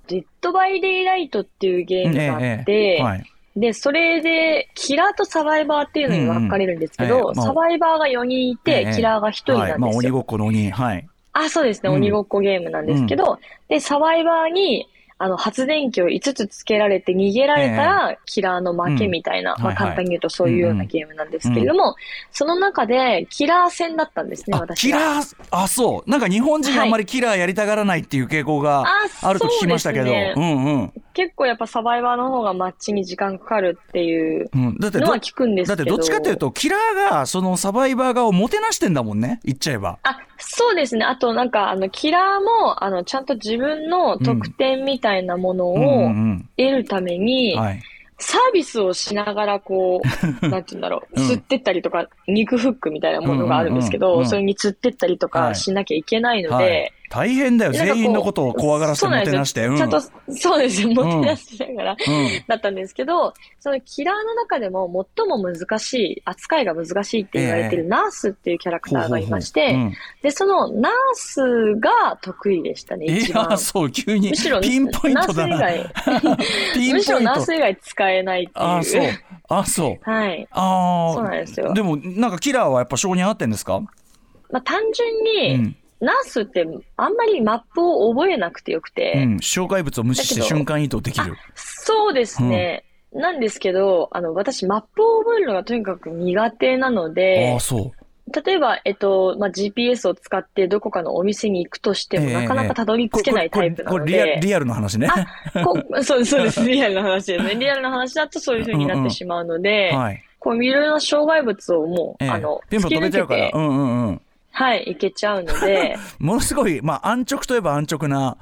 Speaker 5: デッドバイデイライトっていうゲームがあって、
Speaker 1: はい。
Speaker 5: で、それで、キラーとサバイバーっていうのに分かれるんですけど、
Speaker 1: うんうんええまあ
Speaker 5: サバイバーが4人いて、
Speaker 1: ええ
Speaker 5: キラーが1人なんです
Speaker 1: は
Speaker 5: よ。
Speaker 1: い、まあ、鬼ごっこの鬼。はい。
Speaker 5: あ、そうですね、
Speaker 1: うん
Speaker 5: 鬼ごっこゲームなんですけど、で、サバイバーに、あの、発電機を5つつけられて逃げられたら、キラーの負けみたいな、
Speaker 1: うんは
Speaker 5: まあ
Speaker 1: いはい
Speaker 5: 簡単に言うとそういうよう
Speaker 1: うんう
Speaker 5: なんゲームなんですけれども、その中で、キラー戦だったんですね、
Speaker 1: あ、
Speaker 5: 私
Speaker 1: キ
Speaker 5: が。
Speaker 1: ラー、あ、そう。なんか日本人あんまりキラーやりたがらないっていう傾向があると聞きましたけど。う
Speaker 5: あそうです
Speaker 1: んうん。
Speaker 5: 結構やっぱサバイバーの方がマッチに時間かかるっていう
Speaker 1: うん、だって
Speaker 5: の
Speaker 1: ど
Speaker 5: は、聞くんです
Speaker 1: だっ
Speaker 5: け
Speaker 1: て
Speaker 5: ど。
Speaker 1: どっちかというと、キラーが、そのサバイバー側をもてなしてんだもんね。言っちゃえば。
Speaker 5: あ、そうですね。あと、なんか、あの、キラーも、あの、ちゃんと自分の特典みたいなもの
Speaker 1: うんう
Speaker 5: を
Speaker 1: ん
Speaker 5: 得るため
Speaker 1: う
Speaker 5: に
Speaker 1: ん。、はい。
Speaker 5: サービスをしながら、こ う、なんて言うんだろう、
Speaker 1: うん
Speaker 5: 釣ってったりとか、肉フックみたいなものがあるんですけ
Speaker 1: うんうんうんう
Speaker 5: ど、
Speaker 1: ん
Speaker 5: それに釣ってったりと
Speaker 1: は
Speaker 5: か
Speaker 1: い
Speaker 5: しなきゃいけないの
Speaker 1: はい
Speaker 5: で、、
Speaker 1: 大変だよ。
Speaker 5: なんかこう
Speaker 1: 全員のことを怖がらせて
Speaker 5: そう
Speaker 1: も
Speaker 5: なん
Speaker 1: て
Speaker 5: ですよ
Speaker 1: なして。うん。
Speaker 5: ちゃんと、そうですよ、も
Speaker 1: ん
Speaker 5: てなしながら。
Speaker 1: うん。
Speaker 5: だったんですけど、そのキラーの中でも最も難しい、扱いが難しいって言われてるナースっていうキャラクターがいまして、
Speaker 1: うん
Speaker 5: で、そのナースが得意でしたね、
Speaker 1: い
Speaker 5: 一番
Speaker 1: や、。そう、急に
Speaker 5: むしろ、
Speaker 1: ピンポイントだ
Speaker 5: ナ
Speaker 1: な。
Speaker 5: ース以外
Speaker 1: ピ
Speaker 5: む
Speaker 1: ン
Speaker 5: しろ
Speaker 1: ポイン
Speaker 5: ナース
Speaker 1: ト。
Speaker 5: 以外使えないっていう。
Speaker 1: あ、そう。あ、そう。
Speaker 5: はい。
Speaker 1: ああ。
Speaker 5: そうなんですよ
Speaker 1: でも、なんかキラーはやっぱ性に合ってんですか
Speaker 5: まあ単純
Speaker 1: う
Speaker 5: に、
Speaker 1: ん。
Speaker 5: ナースってあんまりマップを覚えなくてよくて、
Speaker 1: うん。障害物を無視して
Speaker 5: だけど
Speaker 1: 瞬間移動できる。
Speaker 5: そうですね。なんですけど、あの、私、マップを覚えるのがとにかく苦手なの
Speaker 1: あ
Speaker 5: で
Speaker 1: あ、、そう。
Speaker 5: 例えば、えっと、まあ、GPS を使ってどこかのお店に行くとしても、
Speaker 1: ええ
Speaker 5: なかなかたどり
Speaker 1: こ
Speaker 5: 着けない
Speaker 1: こ
Speaker 5: タ
Speaker 1: れ
Speaker 5: イプな
Speaker 1: こ
Speaker 5: の
Speaker 1: れリア
Speaker 5: で、
Speaker 1: リアルの話ね。は
Speaker 5: こうそうそ うです。リアルな話ですね。リアルな話だとそういう風になってしまうので、
Speaker 1: い。
Speaker 5: こういろいろな障害物をもう、
Speaker 1: ええ
Speaker 5: あの、
Speaker 1: ピンポン
Speaker 5: 突き
Speaker 1: 飛べ
Speaker 5: 抜
Speaker 1: ちゃう
Speaker 5: け
Speaker 1: から。
Speaker 5: て
Speaker 1: う、んうんうん。
Speaker 5: はい、いけちゃうの で、
Speaker 1: ものすごい、まあ、安直といえば安直な。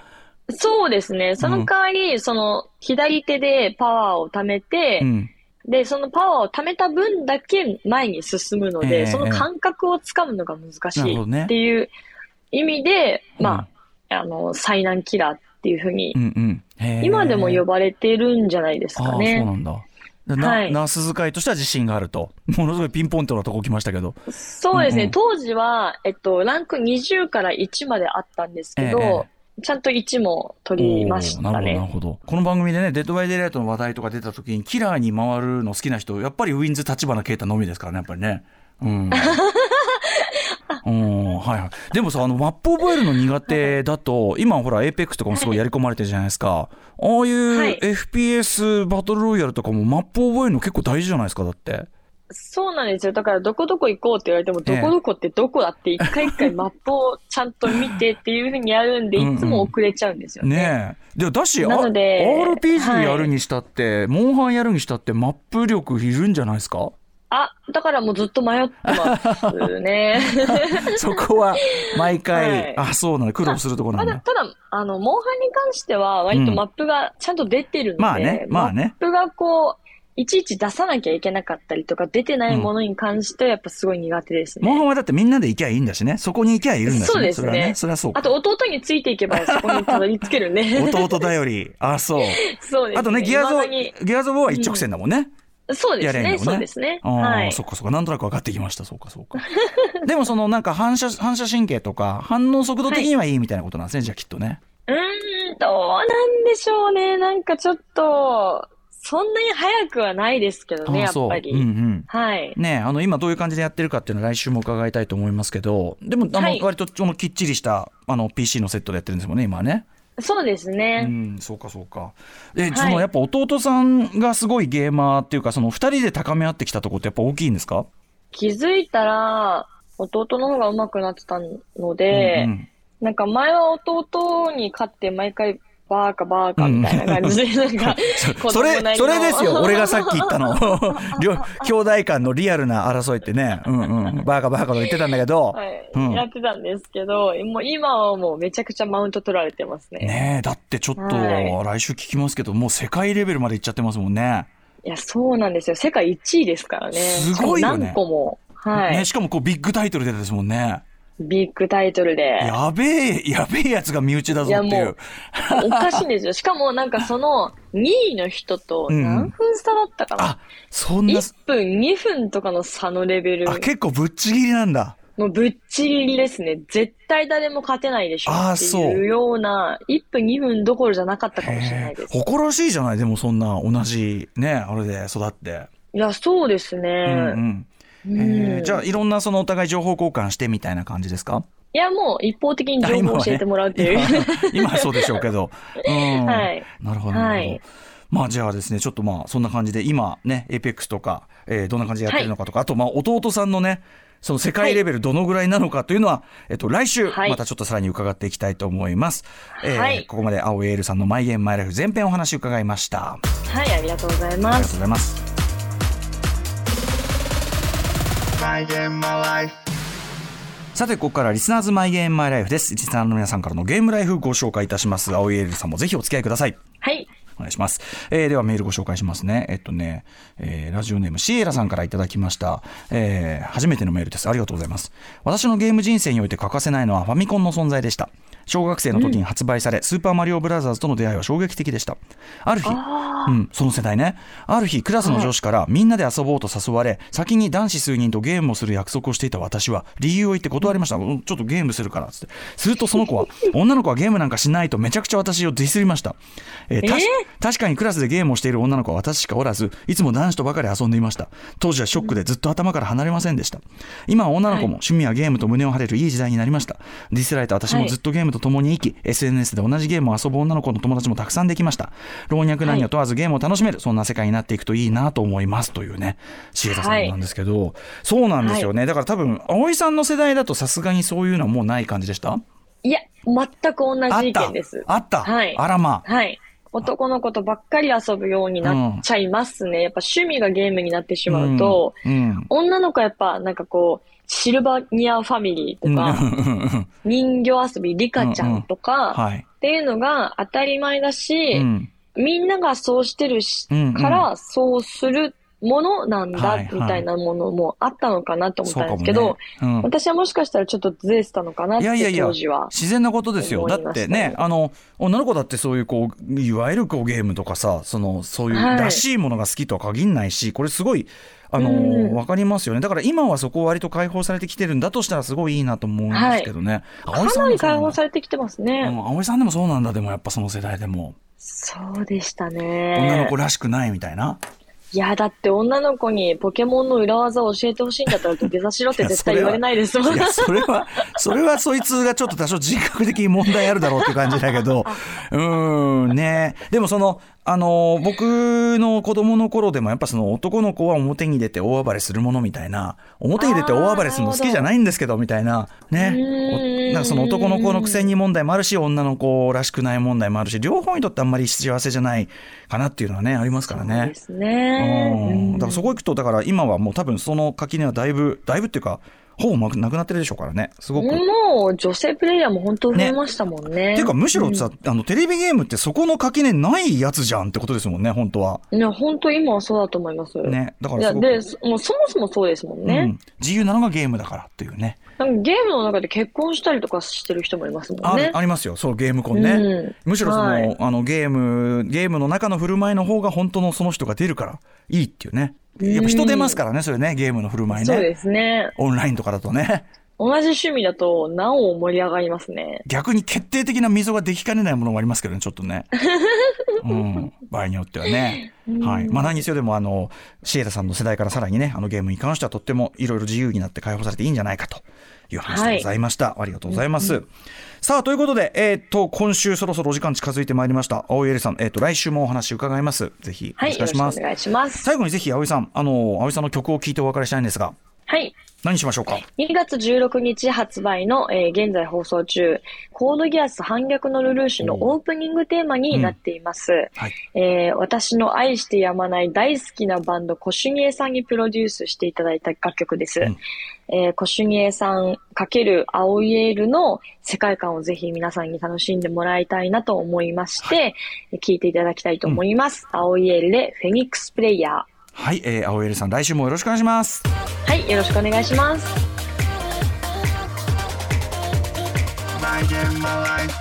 Speaker 5: そうですね。その代わり、その、左手でパワーを貯めて、
Speaker 1: うん。
Speaker 5: で、そのパワーを貯めた分だけ前に進むの
Speaker 1: え
Speaker 5: で、
Speaker 1: え
Speaker 5: その感覚をつかむのが難し
Speaker 1: なる
Speaker 5: い
Speaker 1: ほどね
Speaker 5: っていう意味で、まあ、あの、災難キラーっていうふうに
Speaker 1: う、んうん。へえ
Speaker 5: 今でも呼ばれてるんじゃないですか
Speaker 1: ああ、そう
Speaker 5: ね。
Speaker 1: なんだ。な、
Speaker 5: はい
Speaker 1: ナース使いとしては自信があると。ものすごいピンポイントなとこ来ましたけど。
Speaker 5: そうです
Speaker 1: うんう
Speaker 5: ね
Speaker 1: ん。
Speaker 5: 当時は、えっと、ランク20から1まであったんですけ
Speaker 1: え
Speaker 5: ど、ちゃんと1も取りまし
Speaker 1: おー
Speaker 5: た
Speaker 1: なる
Speaker 5: ね。
Speaker 1: ほど、なるほど。この番組でね、デッドバイデイライトの話題とか出た時に、キラーに回るの好きな人、やっぱりウィンズ立花啓太のみですからね、やっぱりね。 うん。うん、はいはい。でもさ、あの、マップ覚えるの苦手だと、今ほら、エイペックスとかもすごいやり込まれてるじゃないですか。ああい
Speaker 5: は
Speaker 1: う
Speaker 5: い
Speaker 1: FPS バトルロイヤルとかもマップ覚えるの結構大事じゃないですか、だって。
Speaker 5: そうなんですよ。だから、どこどこ行こうって言われても、
Speaker 1: え
Speaker 5: ど
Speaker 1: え
Speaker 5: こどこってどこだって、一回一回マップをちゃんと見てっていうふうにやるんで、
Speaker 1: うんうん
Speaker 5: いつも遅れちゃうんですよね。
Speaker 1: ねえ。でだし、あ
Speaker 5: なので
Speaker 1: RPG
Speaker 5: はい
Speaker 1: やるにしたって、モンハンやるにしたって、マップ力いるんじゃないですか
Speaker 5: あ、だからもうずっと迷ってますね。
Speaker 1: そこは毎回、
Speaker 5: は
Speaker 1: あ、 そうなの、苦労するとこな
Speaker 5: た
Speaker 1: ん
Speaker 5: だ、
Speaker 1: だ。
Speaker 5: ただ、あの、モンハンに関しては、割とマップがちゃんと出てるので、
Speaker 1: まあね、まあね。
Speaker 5: マップがこう、いちいち出さなきゃいけなかったりとか、出てないものに関してはやっぱすごい苦手です
Speaker 1: モンハ
Speaker 5: ね。
Speaker 1: ンはだってみんなで行きゃいいんだしね。そこに行きゃいるんだしね。
Speaker 5: そうですね
Speaker 1: れはね。それはそう
Speaker 5: あ
Speaker 1: か。
Speaker 5: と、弟についていけばそこにたどり着けるね。
Speaker 1: 弟だより。あ、そう。
Speaker 5: そうです
Speaker 1: あとね、ギアゾ
Speaker 5: 未だ
Speaker 1: ー
Speaker 5: に、
Speaker 1: ギアゾーは一直線だもんね。
Speaker 5: そうです
Speaker 1: やれんの
Speaker 5: ね、
Speaker 1: ね
Speaker 5: そうですね。
Speaker 1: ああ、
Speaker 5: はい。
Speaker 1: そっかそっか。なんとなく分かってきました。そうかそうか。 でもそのなんか反射、反射神経とか反応速度的にはいいみたいなことなんですね。じゃあきっとね。
Speaker 5: うーん、どうなんでしょうね。なんかちょっと、そんなに早くはないですけどね、
Speaker 1: あ
Speaker 5: や
Speaker 1: あ
Speaker 5: っ
Speaker 1: そう。
Speaker 5: ぱり。
Speaker 1: うんうん。
Speaker 5: はい。
Speaker 1: ねあの今どういう感じでやってるかっていうのは来週も伺いたいと思いますけど、でもあの、
Speaker 5: はい
Speaker 1: 割とそのきっちりしたあの PC のセットでやってるんですもんね、今はね。
Speaker 5: そうです
Speaker 1: う
Speaker 5: ね。
Speaker 1: ん、そうかそうか。え、
Speaker 5: い
Speaker 1: そのやっぱ弟さんがすごいゲーマーっていうか、その二人で高め合ってきたとこってやっぱ大きいんですか？
Speaker 5: 気づいたら、弟の方が上手くなってたので、
Speaker 1: うん
Speaker 5: なんか前は弟に勝って毎回バーカバーカみたいな感じで、 なんか、
Speaker 1: うん
Speaker 5: 子
Speaker 1: そ
Speaker 5: 供な
Speaker 1: れ
Speaker 5: りの
Speaker 1: それです よ。俺がさっき言ったの。 両兄弟間のリアルな争いってね、うんうん、バーカバーカと言ってたんだけど、
Speaker 5: はい、
Speaker 1: うん
Speaker 5: やってたんですけど、もう今はもうめちゃくちゃマウント取られてますね。
Speaker 1: ねえだってちょっと
Speaker 5: は
Speaker 1: 来週聞きますけど、もう世界レベルまで行っちゃってますもんね。
Speaker 5: いや、そうなんですよ。世界1位ですからね。
Speaker 1: すごいよね
Speaker 5: しかも何個も。はい、
Speaker 1: ねしかもこうビッグタイトルでですもんね。
Speaker 5: ビッグタイトルで。
Speaker 1: やべえやべえやつが身内だぞって
Speaker 5: いや
Speaker 1: い
Speaker 5: も
Speaker 1: う
Speaker 5: う。おかしいんで すよ。しかもなんかその2位の人と
Speaker 1: うんうん
Speaker 5: 何分差だったかな、
Speaker 1: あそんな
Speaker 5: ?1 分、2分とかの差のレベル。
Speaker 1: あ結構ぶっちぎりなんだ。
Speaker 5: もうぶっちぎりですね。絶対誰も勝てないでしょ
Speaker 1: あー
Speaker 5: っていうような、1分、2分どころじゃなかったかもしれないです。
Speaker 1: 誇らしいじゃないでもそんな同じねあれで育って、
Speaker 5: いや、そうですね。
Speaker 1: ん
Speaker 5: う
Speaker 1: うん
Speaker 5: ん
Speaker 1: えーじゃあいろんなそのお互い情報交換してみたいな感じですか
Speaker 5: いや、もう一方的に情報を教えてもらうっていう。
Speaker 1: 今はね今今はそうでしょうけど、うん
Speaker 5: はい
Speaker 1: なるほどなるほど、
Speaker 5: はい
Speaker 1: まあじゃあですねちょっとまあそんな感じで今ね APEX とか、えーどんな感じでやってるのかとか、あとまあ弟さんのねその世界レベルどのぐらいなのかというのは、えっと、来週
Speaker 5: はい
Speaker 1: またちょっとさらに伺っていきたいと思います、えー
Speaker 5: はい
Speaker 1: ここまで青エールさんの「マイゲームマイライフ」前編お話伺いました
Speaker 5: はい、ありがとうござい
Speaker 1: あ
Speaker 5: ま
Speaker 1: りがとう
Speaker 5: す。
Speaker 1: ございます
Speaker 3: My game, my life.
Speaker 1: さて、ここからリスナーズマイゲームマイライフです。リスナーの皆さんからのゲームライフご紹介いたします。青いエールさんもぜひお付き合いください。
Speaker 5: はい。
Speaker 1: お願いします。えーではメールご紹介しますね。えっとね、えーラジオネームシエラさんからいただきました。えー初めてのメールです。ありがとうございます。私のゲーム人生において欠かせないのはファミコンの存在でした。小学生の時に発売され、スーパーマリオブラザーズとの出会いは衝撃的でした。ある日、うん、その世代ね。ある日、クラスの女子からみんなで遊ぼうと誘われ、先に男子数人とゲームをする約束をしていた私は、理由を言って断りました。うんちょっとゲームするから、つって。するとその 子は、女の子はゲームなんかしないとめちゃくちゃ私をディスりました。えーたし
Speaker 5: えー
Speaker 1: 確かにクラスでゲームをしている女の子は私しかおらず、いつも男子とばかり遊んでいました。当時はショックでずっと頭から離れませんでした。今は女の子も趣味はゲームと胸を張れるいい時代になりました。ディスられた私もずっとゲームと共に生き、SNS で同じゲームを遊ぶ女の子の友達もたくさんできました。老若男女問わずゲームを楽しめる、そんな世界になっていくといいなと思いますというね、シエラさんなんですけど、そうなんですよね。だから多分、葵さんの世代だとさすがにそういうのはもうない感じでした
Speaker 5: いや、全く同
Speaker 1: あ
Speaker 5: じ
Speaker 1: っ
Speaker 5: 意
Speaker 1: た
Speaker 5: 見です。
Speaker 1: あった、
Speaker 5: はい
Speaker 1: あらまあ。
Speaker 5: はい。男の子とばっかり遊ぶようになっちゃいますね。やっぱ趣味がゲームになってしまうと、
Speaker 1: うん、うん
Speaker 5: 女の子はやっぱなんかこう、シルバニアファミリーとか、人形遊び、リカちゃんとか、
Speaker 1: はい。
Speaker 5: っていうのが当たり前だし、
Speaker 1: うん
Speaker 5: みんながそうしてるし、
Speaker 1: うんうん
Speaker 5: から、そうするものなん
Speaker 1: は
Speaker 5: だ、
Speaker 1: いはい
Speaker 5: みたいなものもあったのかなと思っ
Speaker 1: そう
Speaker 5: た
Speaker 1: かも
Speaker 5: んです
Speaker 1: ね
Speaker 5: けど、
Speaker 1: うん
Speaker 5: 私はもしかしたらちょっとずれてたのかなっ
Speaker 1: い
Speaker 5: て、
Speaker 1: やいやいや
Speaker 5: 当時は。
Speaker 1: 自然なことですよ
Speaker 5: 思
Speaker 1: だ
Speaker 5: いま
Speaker 1: っ
Speaker 5: した
Speaker 1: て
Speaker 5: ね
Speaker 1: ねあの女の子だってそういうこういわゆるこうゲームとかさそのそういう
Speaker 5: はい
Speaker 1: らしいものが好きとは限んないしこれすごいあの
Speaker 5: うん
Speaker 1: わかりますよねだから今はそこ割と解放されてきてるんだとしたらすごいいいなと思うんですけどね、
Speaker 5: かなり解放されてきてます
Speaker 1: れ
Speaker 5: ね。
Speaker 1: うん、葵さんでもそうなんだでもやっぱその世代でも
Speaker 5: そうでした
Speaker 1: 女の
Speaker 5: ね
Speaker 1: 子。らしくないみたいな、
Speaker 5: いや、だって女の子にポケモンの裏技を教えてほしいんだったら土下座しろって絶対言われないですもん。
Speaker 1: いやそれはそれはそいつがちょっと多少人格的に問題あるだろうっていう感じだけどうーんねでもそのあの僕の子供の頃でもやっぱその男の子は表に出て大暴れするものみたいな表に出て大暴れするの好きじゃないんですけどみたいなね
Speaker 5: うーん
Speaker 1: なんかその男の子のくせに問題もあるし女の子らしくない問題もあるし両方にとってあんまり幸せじゃないかなっていうのはねありますから
Speaker 5: そう
Speaker 1: ね
Speaker 5: で。すね。
Speaker 1: う
Speaker 5: うんん
Speaker 1: だからそこ行くとだから今はもう多分その垣根はだいぶだいぶっていうかほぼなくなくなってるでしょうからねすごく。っ
Speaker 5: もう女性プレイヤーも本当増えましたもんね。
Speaker 1: ていうかむしろさ、あのテレビゲームってそこの垣根ないやつじゃんってことですもんね本当は。
Speaker 5: いや、本当今はそうだと思います。
Speaker 1: ねだか
Speaker 5: い
Speaker 1: ら
Speaker 5: や、
Speaker 1: すごく。
Speaker 5: で、そもうそもそもそうですもん
Speaker 1: う
Speaker 5: ね
Speaker 1: ん。、自由なのがゲームだからっていうね
Speaker 5: なんかゲームの中で結婚したりとかしてる人もいますも
Speaker 1: あ
Speaker 5: んね。
Speaker 1: ありますよそうゲームコンね、
Speaker 5: うん
Speaker 1: むしろその,、
Speaker 5: はい
Speaker 1: あのゲームゲームの中の振る舞いの方が本当のその人が出るからいいっていうねやっぱ人出ますからね、それね、ゲームの振る舞い
Speaker 5: そう
Speaker 1: ね。
Speaker 5: ですね。
Speaker 1: オンラインとかだとね。
Speaker 5: 同じ趣味だと、なお盛り上がりますね。
Speaker 1: 逆に決定的な溝ができかねないものもありますけどね、ちょっと ね。うん、場合によってはね。はい。まあ何にせよでも、あの、シエラさんの世代からさらにね、あのゲームに関してはとってもいろいろ自由になって解放されていいんじゃないかという話でございました。ありがとうございます。さあ、ということで、えっと、今週そろそろお時間近づいてまいりました。青井エリさん、えっと、来週もお話伺います。ぜひ、
Speaker 5: はい、
Speaker 1: お
Speaker 5: よ
Speaker 1: 願
Speaker 5: ろ
Speaker 1: い
Speaker 5: し
Speaker 1: し
Speaker 5: くお
Speaker 1: ます。
Speaker 5: 願いします。
Speaker 1: 最後にぜひ、青井さん、あの、青井さんの曲を聴いてお別れしたいんですが、
Speaker 5: はい。
Speaker 1: 何しましょうか
Speaker 5: 2月16日発売の、えー現在放送中、コードギアス反逆のルルーシュのオープニングテーマになっています。
Speaker 1: はい。
Speaker 5: えー私の愛してやまない大好きなバンド、コシュニエさんにプロデュースしていただいた楽曲です。
Speaker 1: ん
Speaker 5: えーコシュニエさん×青いエールの世界観をぜひ皆さんに楽しんでもらいたいなと思いまして、えー聴いていただきたいと思います。青いエールでフェニックスプレイヤー。は
Speaker 1: はい、えー、青井エリさん、来週もよろしくお願いします。
Speaker 5: い、よろしくお願いします。
Speaker 3: my game, my life.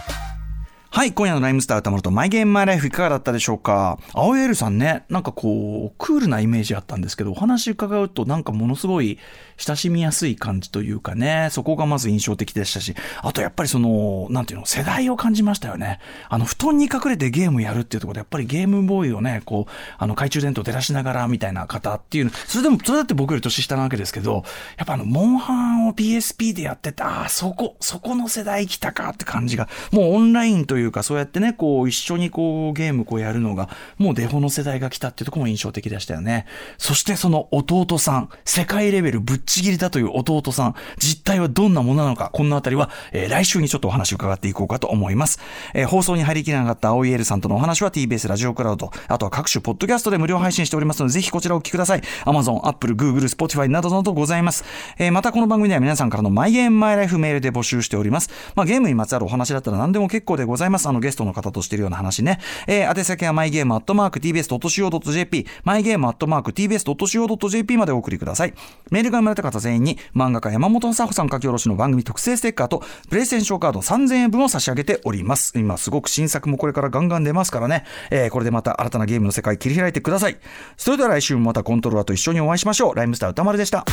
Speaker 1: はい、今夜のライムスター歌丸とマイゲームマイライフいかがだったでしょうか青エールさんね、なんかこう、クールなイメージあったんですけど、お話伺うとなんかものすごい親しみやすい感じというかね、そこがまず印象的でしたし、あとやっぱりその、なんていうの、世代を感じましたよね。あの、布団に隠れてゲームやるっていうところで、やっぱりゲームボーイをね、こう、あの、懐中電灯を照らしながらみたいな方っていうの、それでも、それだって僕より年下なわけですけど、やっぱあの、モンハンを PSP でやってて、ああ、そこ、そこの世代来たかって感じが、もうオンラインというか、そうやってね、こう、一緒にこう、ゲームこうやるのが、もうデフォの世代が来たっていうところも印象的でしたよね。そしてその弟さん、世界レベルぶっちぎりだという弟さん、実態はどんなものなのか、このあたりは、えー来週にちょっとお話を伺っていこうかと思います。えー放送に入りきらなかった青いエールさんとのお話は TBS ラジオクラウド、あとは各種ポッドキャストで無料配信しておりますので、ぜひこちらをお聞きください。Amazon、Apple、Google、Spotify などなどございます。えーまたこの番組では皆さんからのマイゲームマイライフメールで募集しております。まあ、ゲームにまつわるお話だったら何でも結構でございます。あのゲストの方としてるような話ね。えー、宛先はマイゲームアットマーク TBS.CO.JP、マイゲームアットマーク TBS.CO.JP までお送りください。メールが生まれた方全員に漫画家山本さ穂さん書き下ろしの番組特製ステッカーとプレイステーションカード3000円分を差し上げております。今すごく新作もこれからガンガン出ますからね。えーこれでまた新たなゲームの世界切り開いてください。それでは来週もまたコントローラーと一緒にお会いしましょう。ライムスター歌丸でした。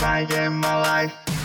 Speaker 3: My game, my life.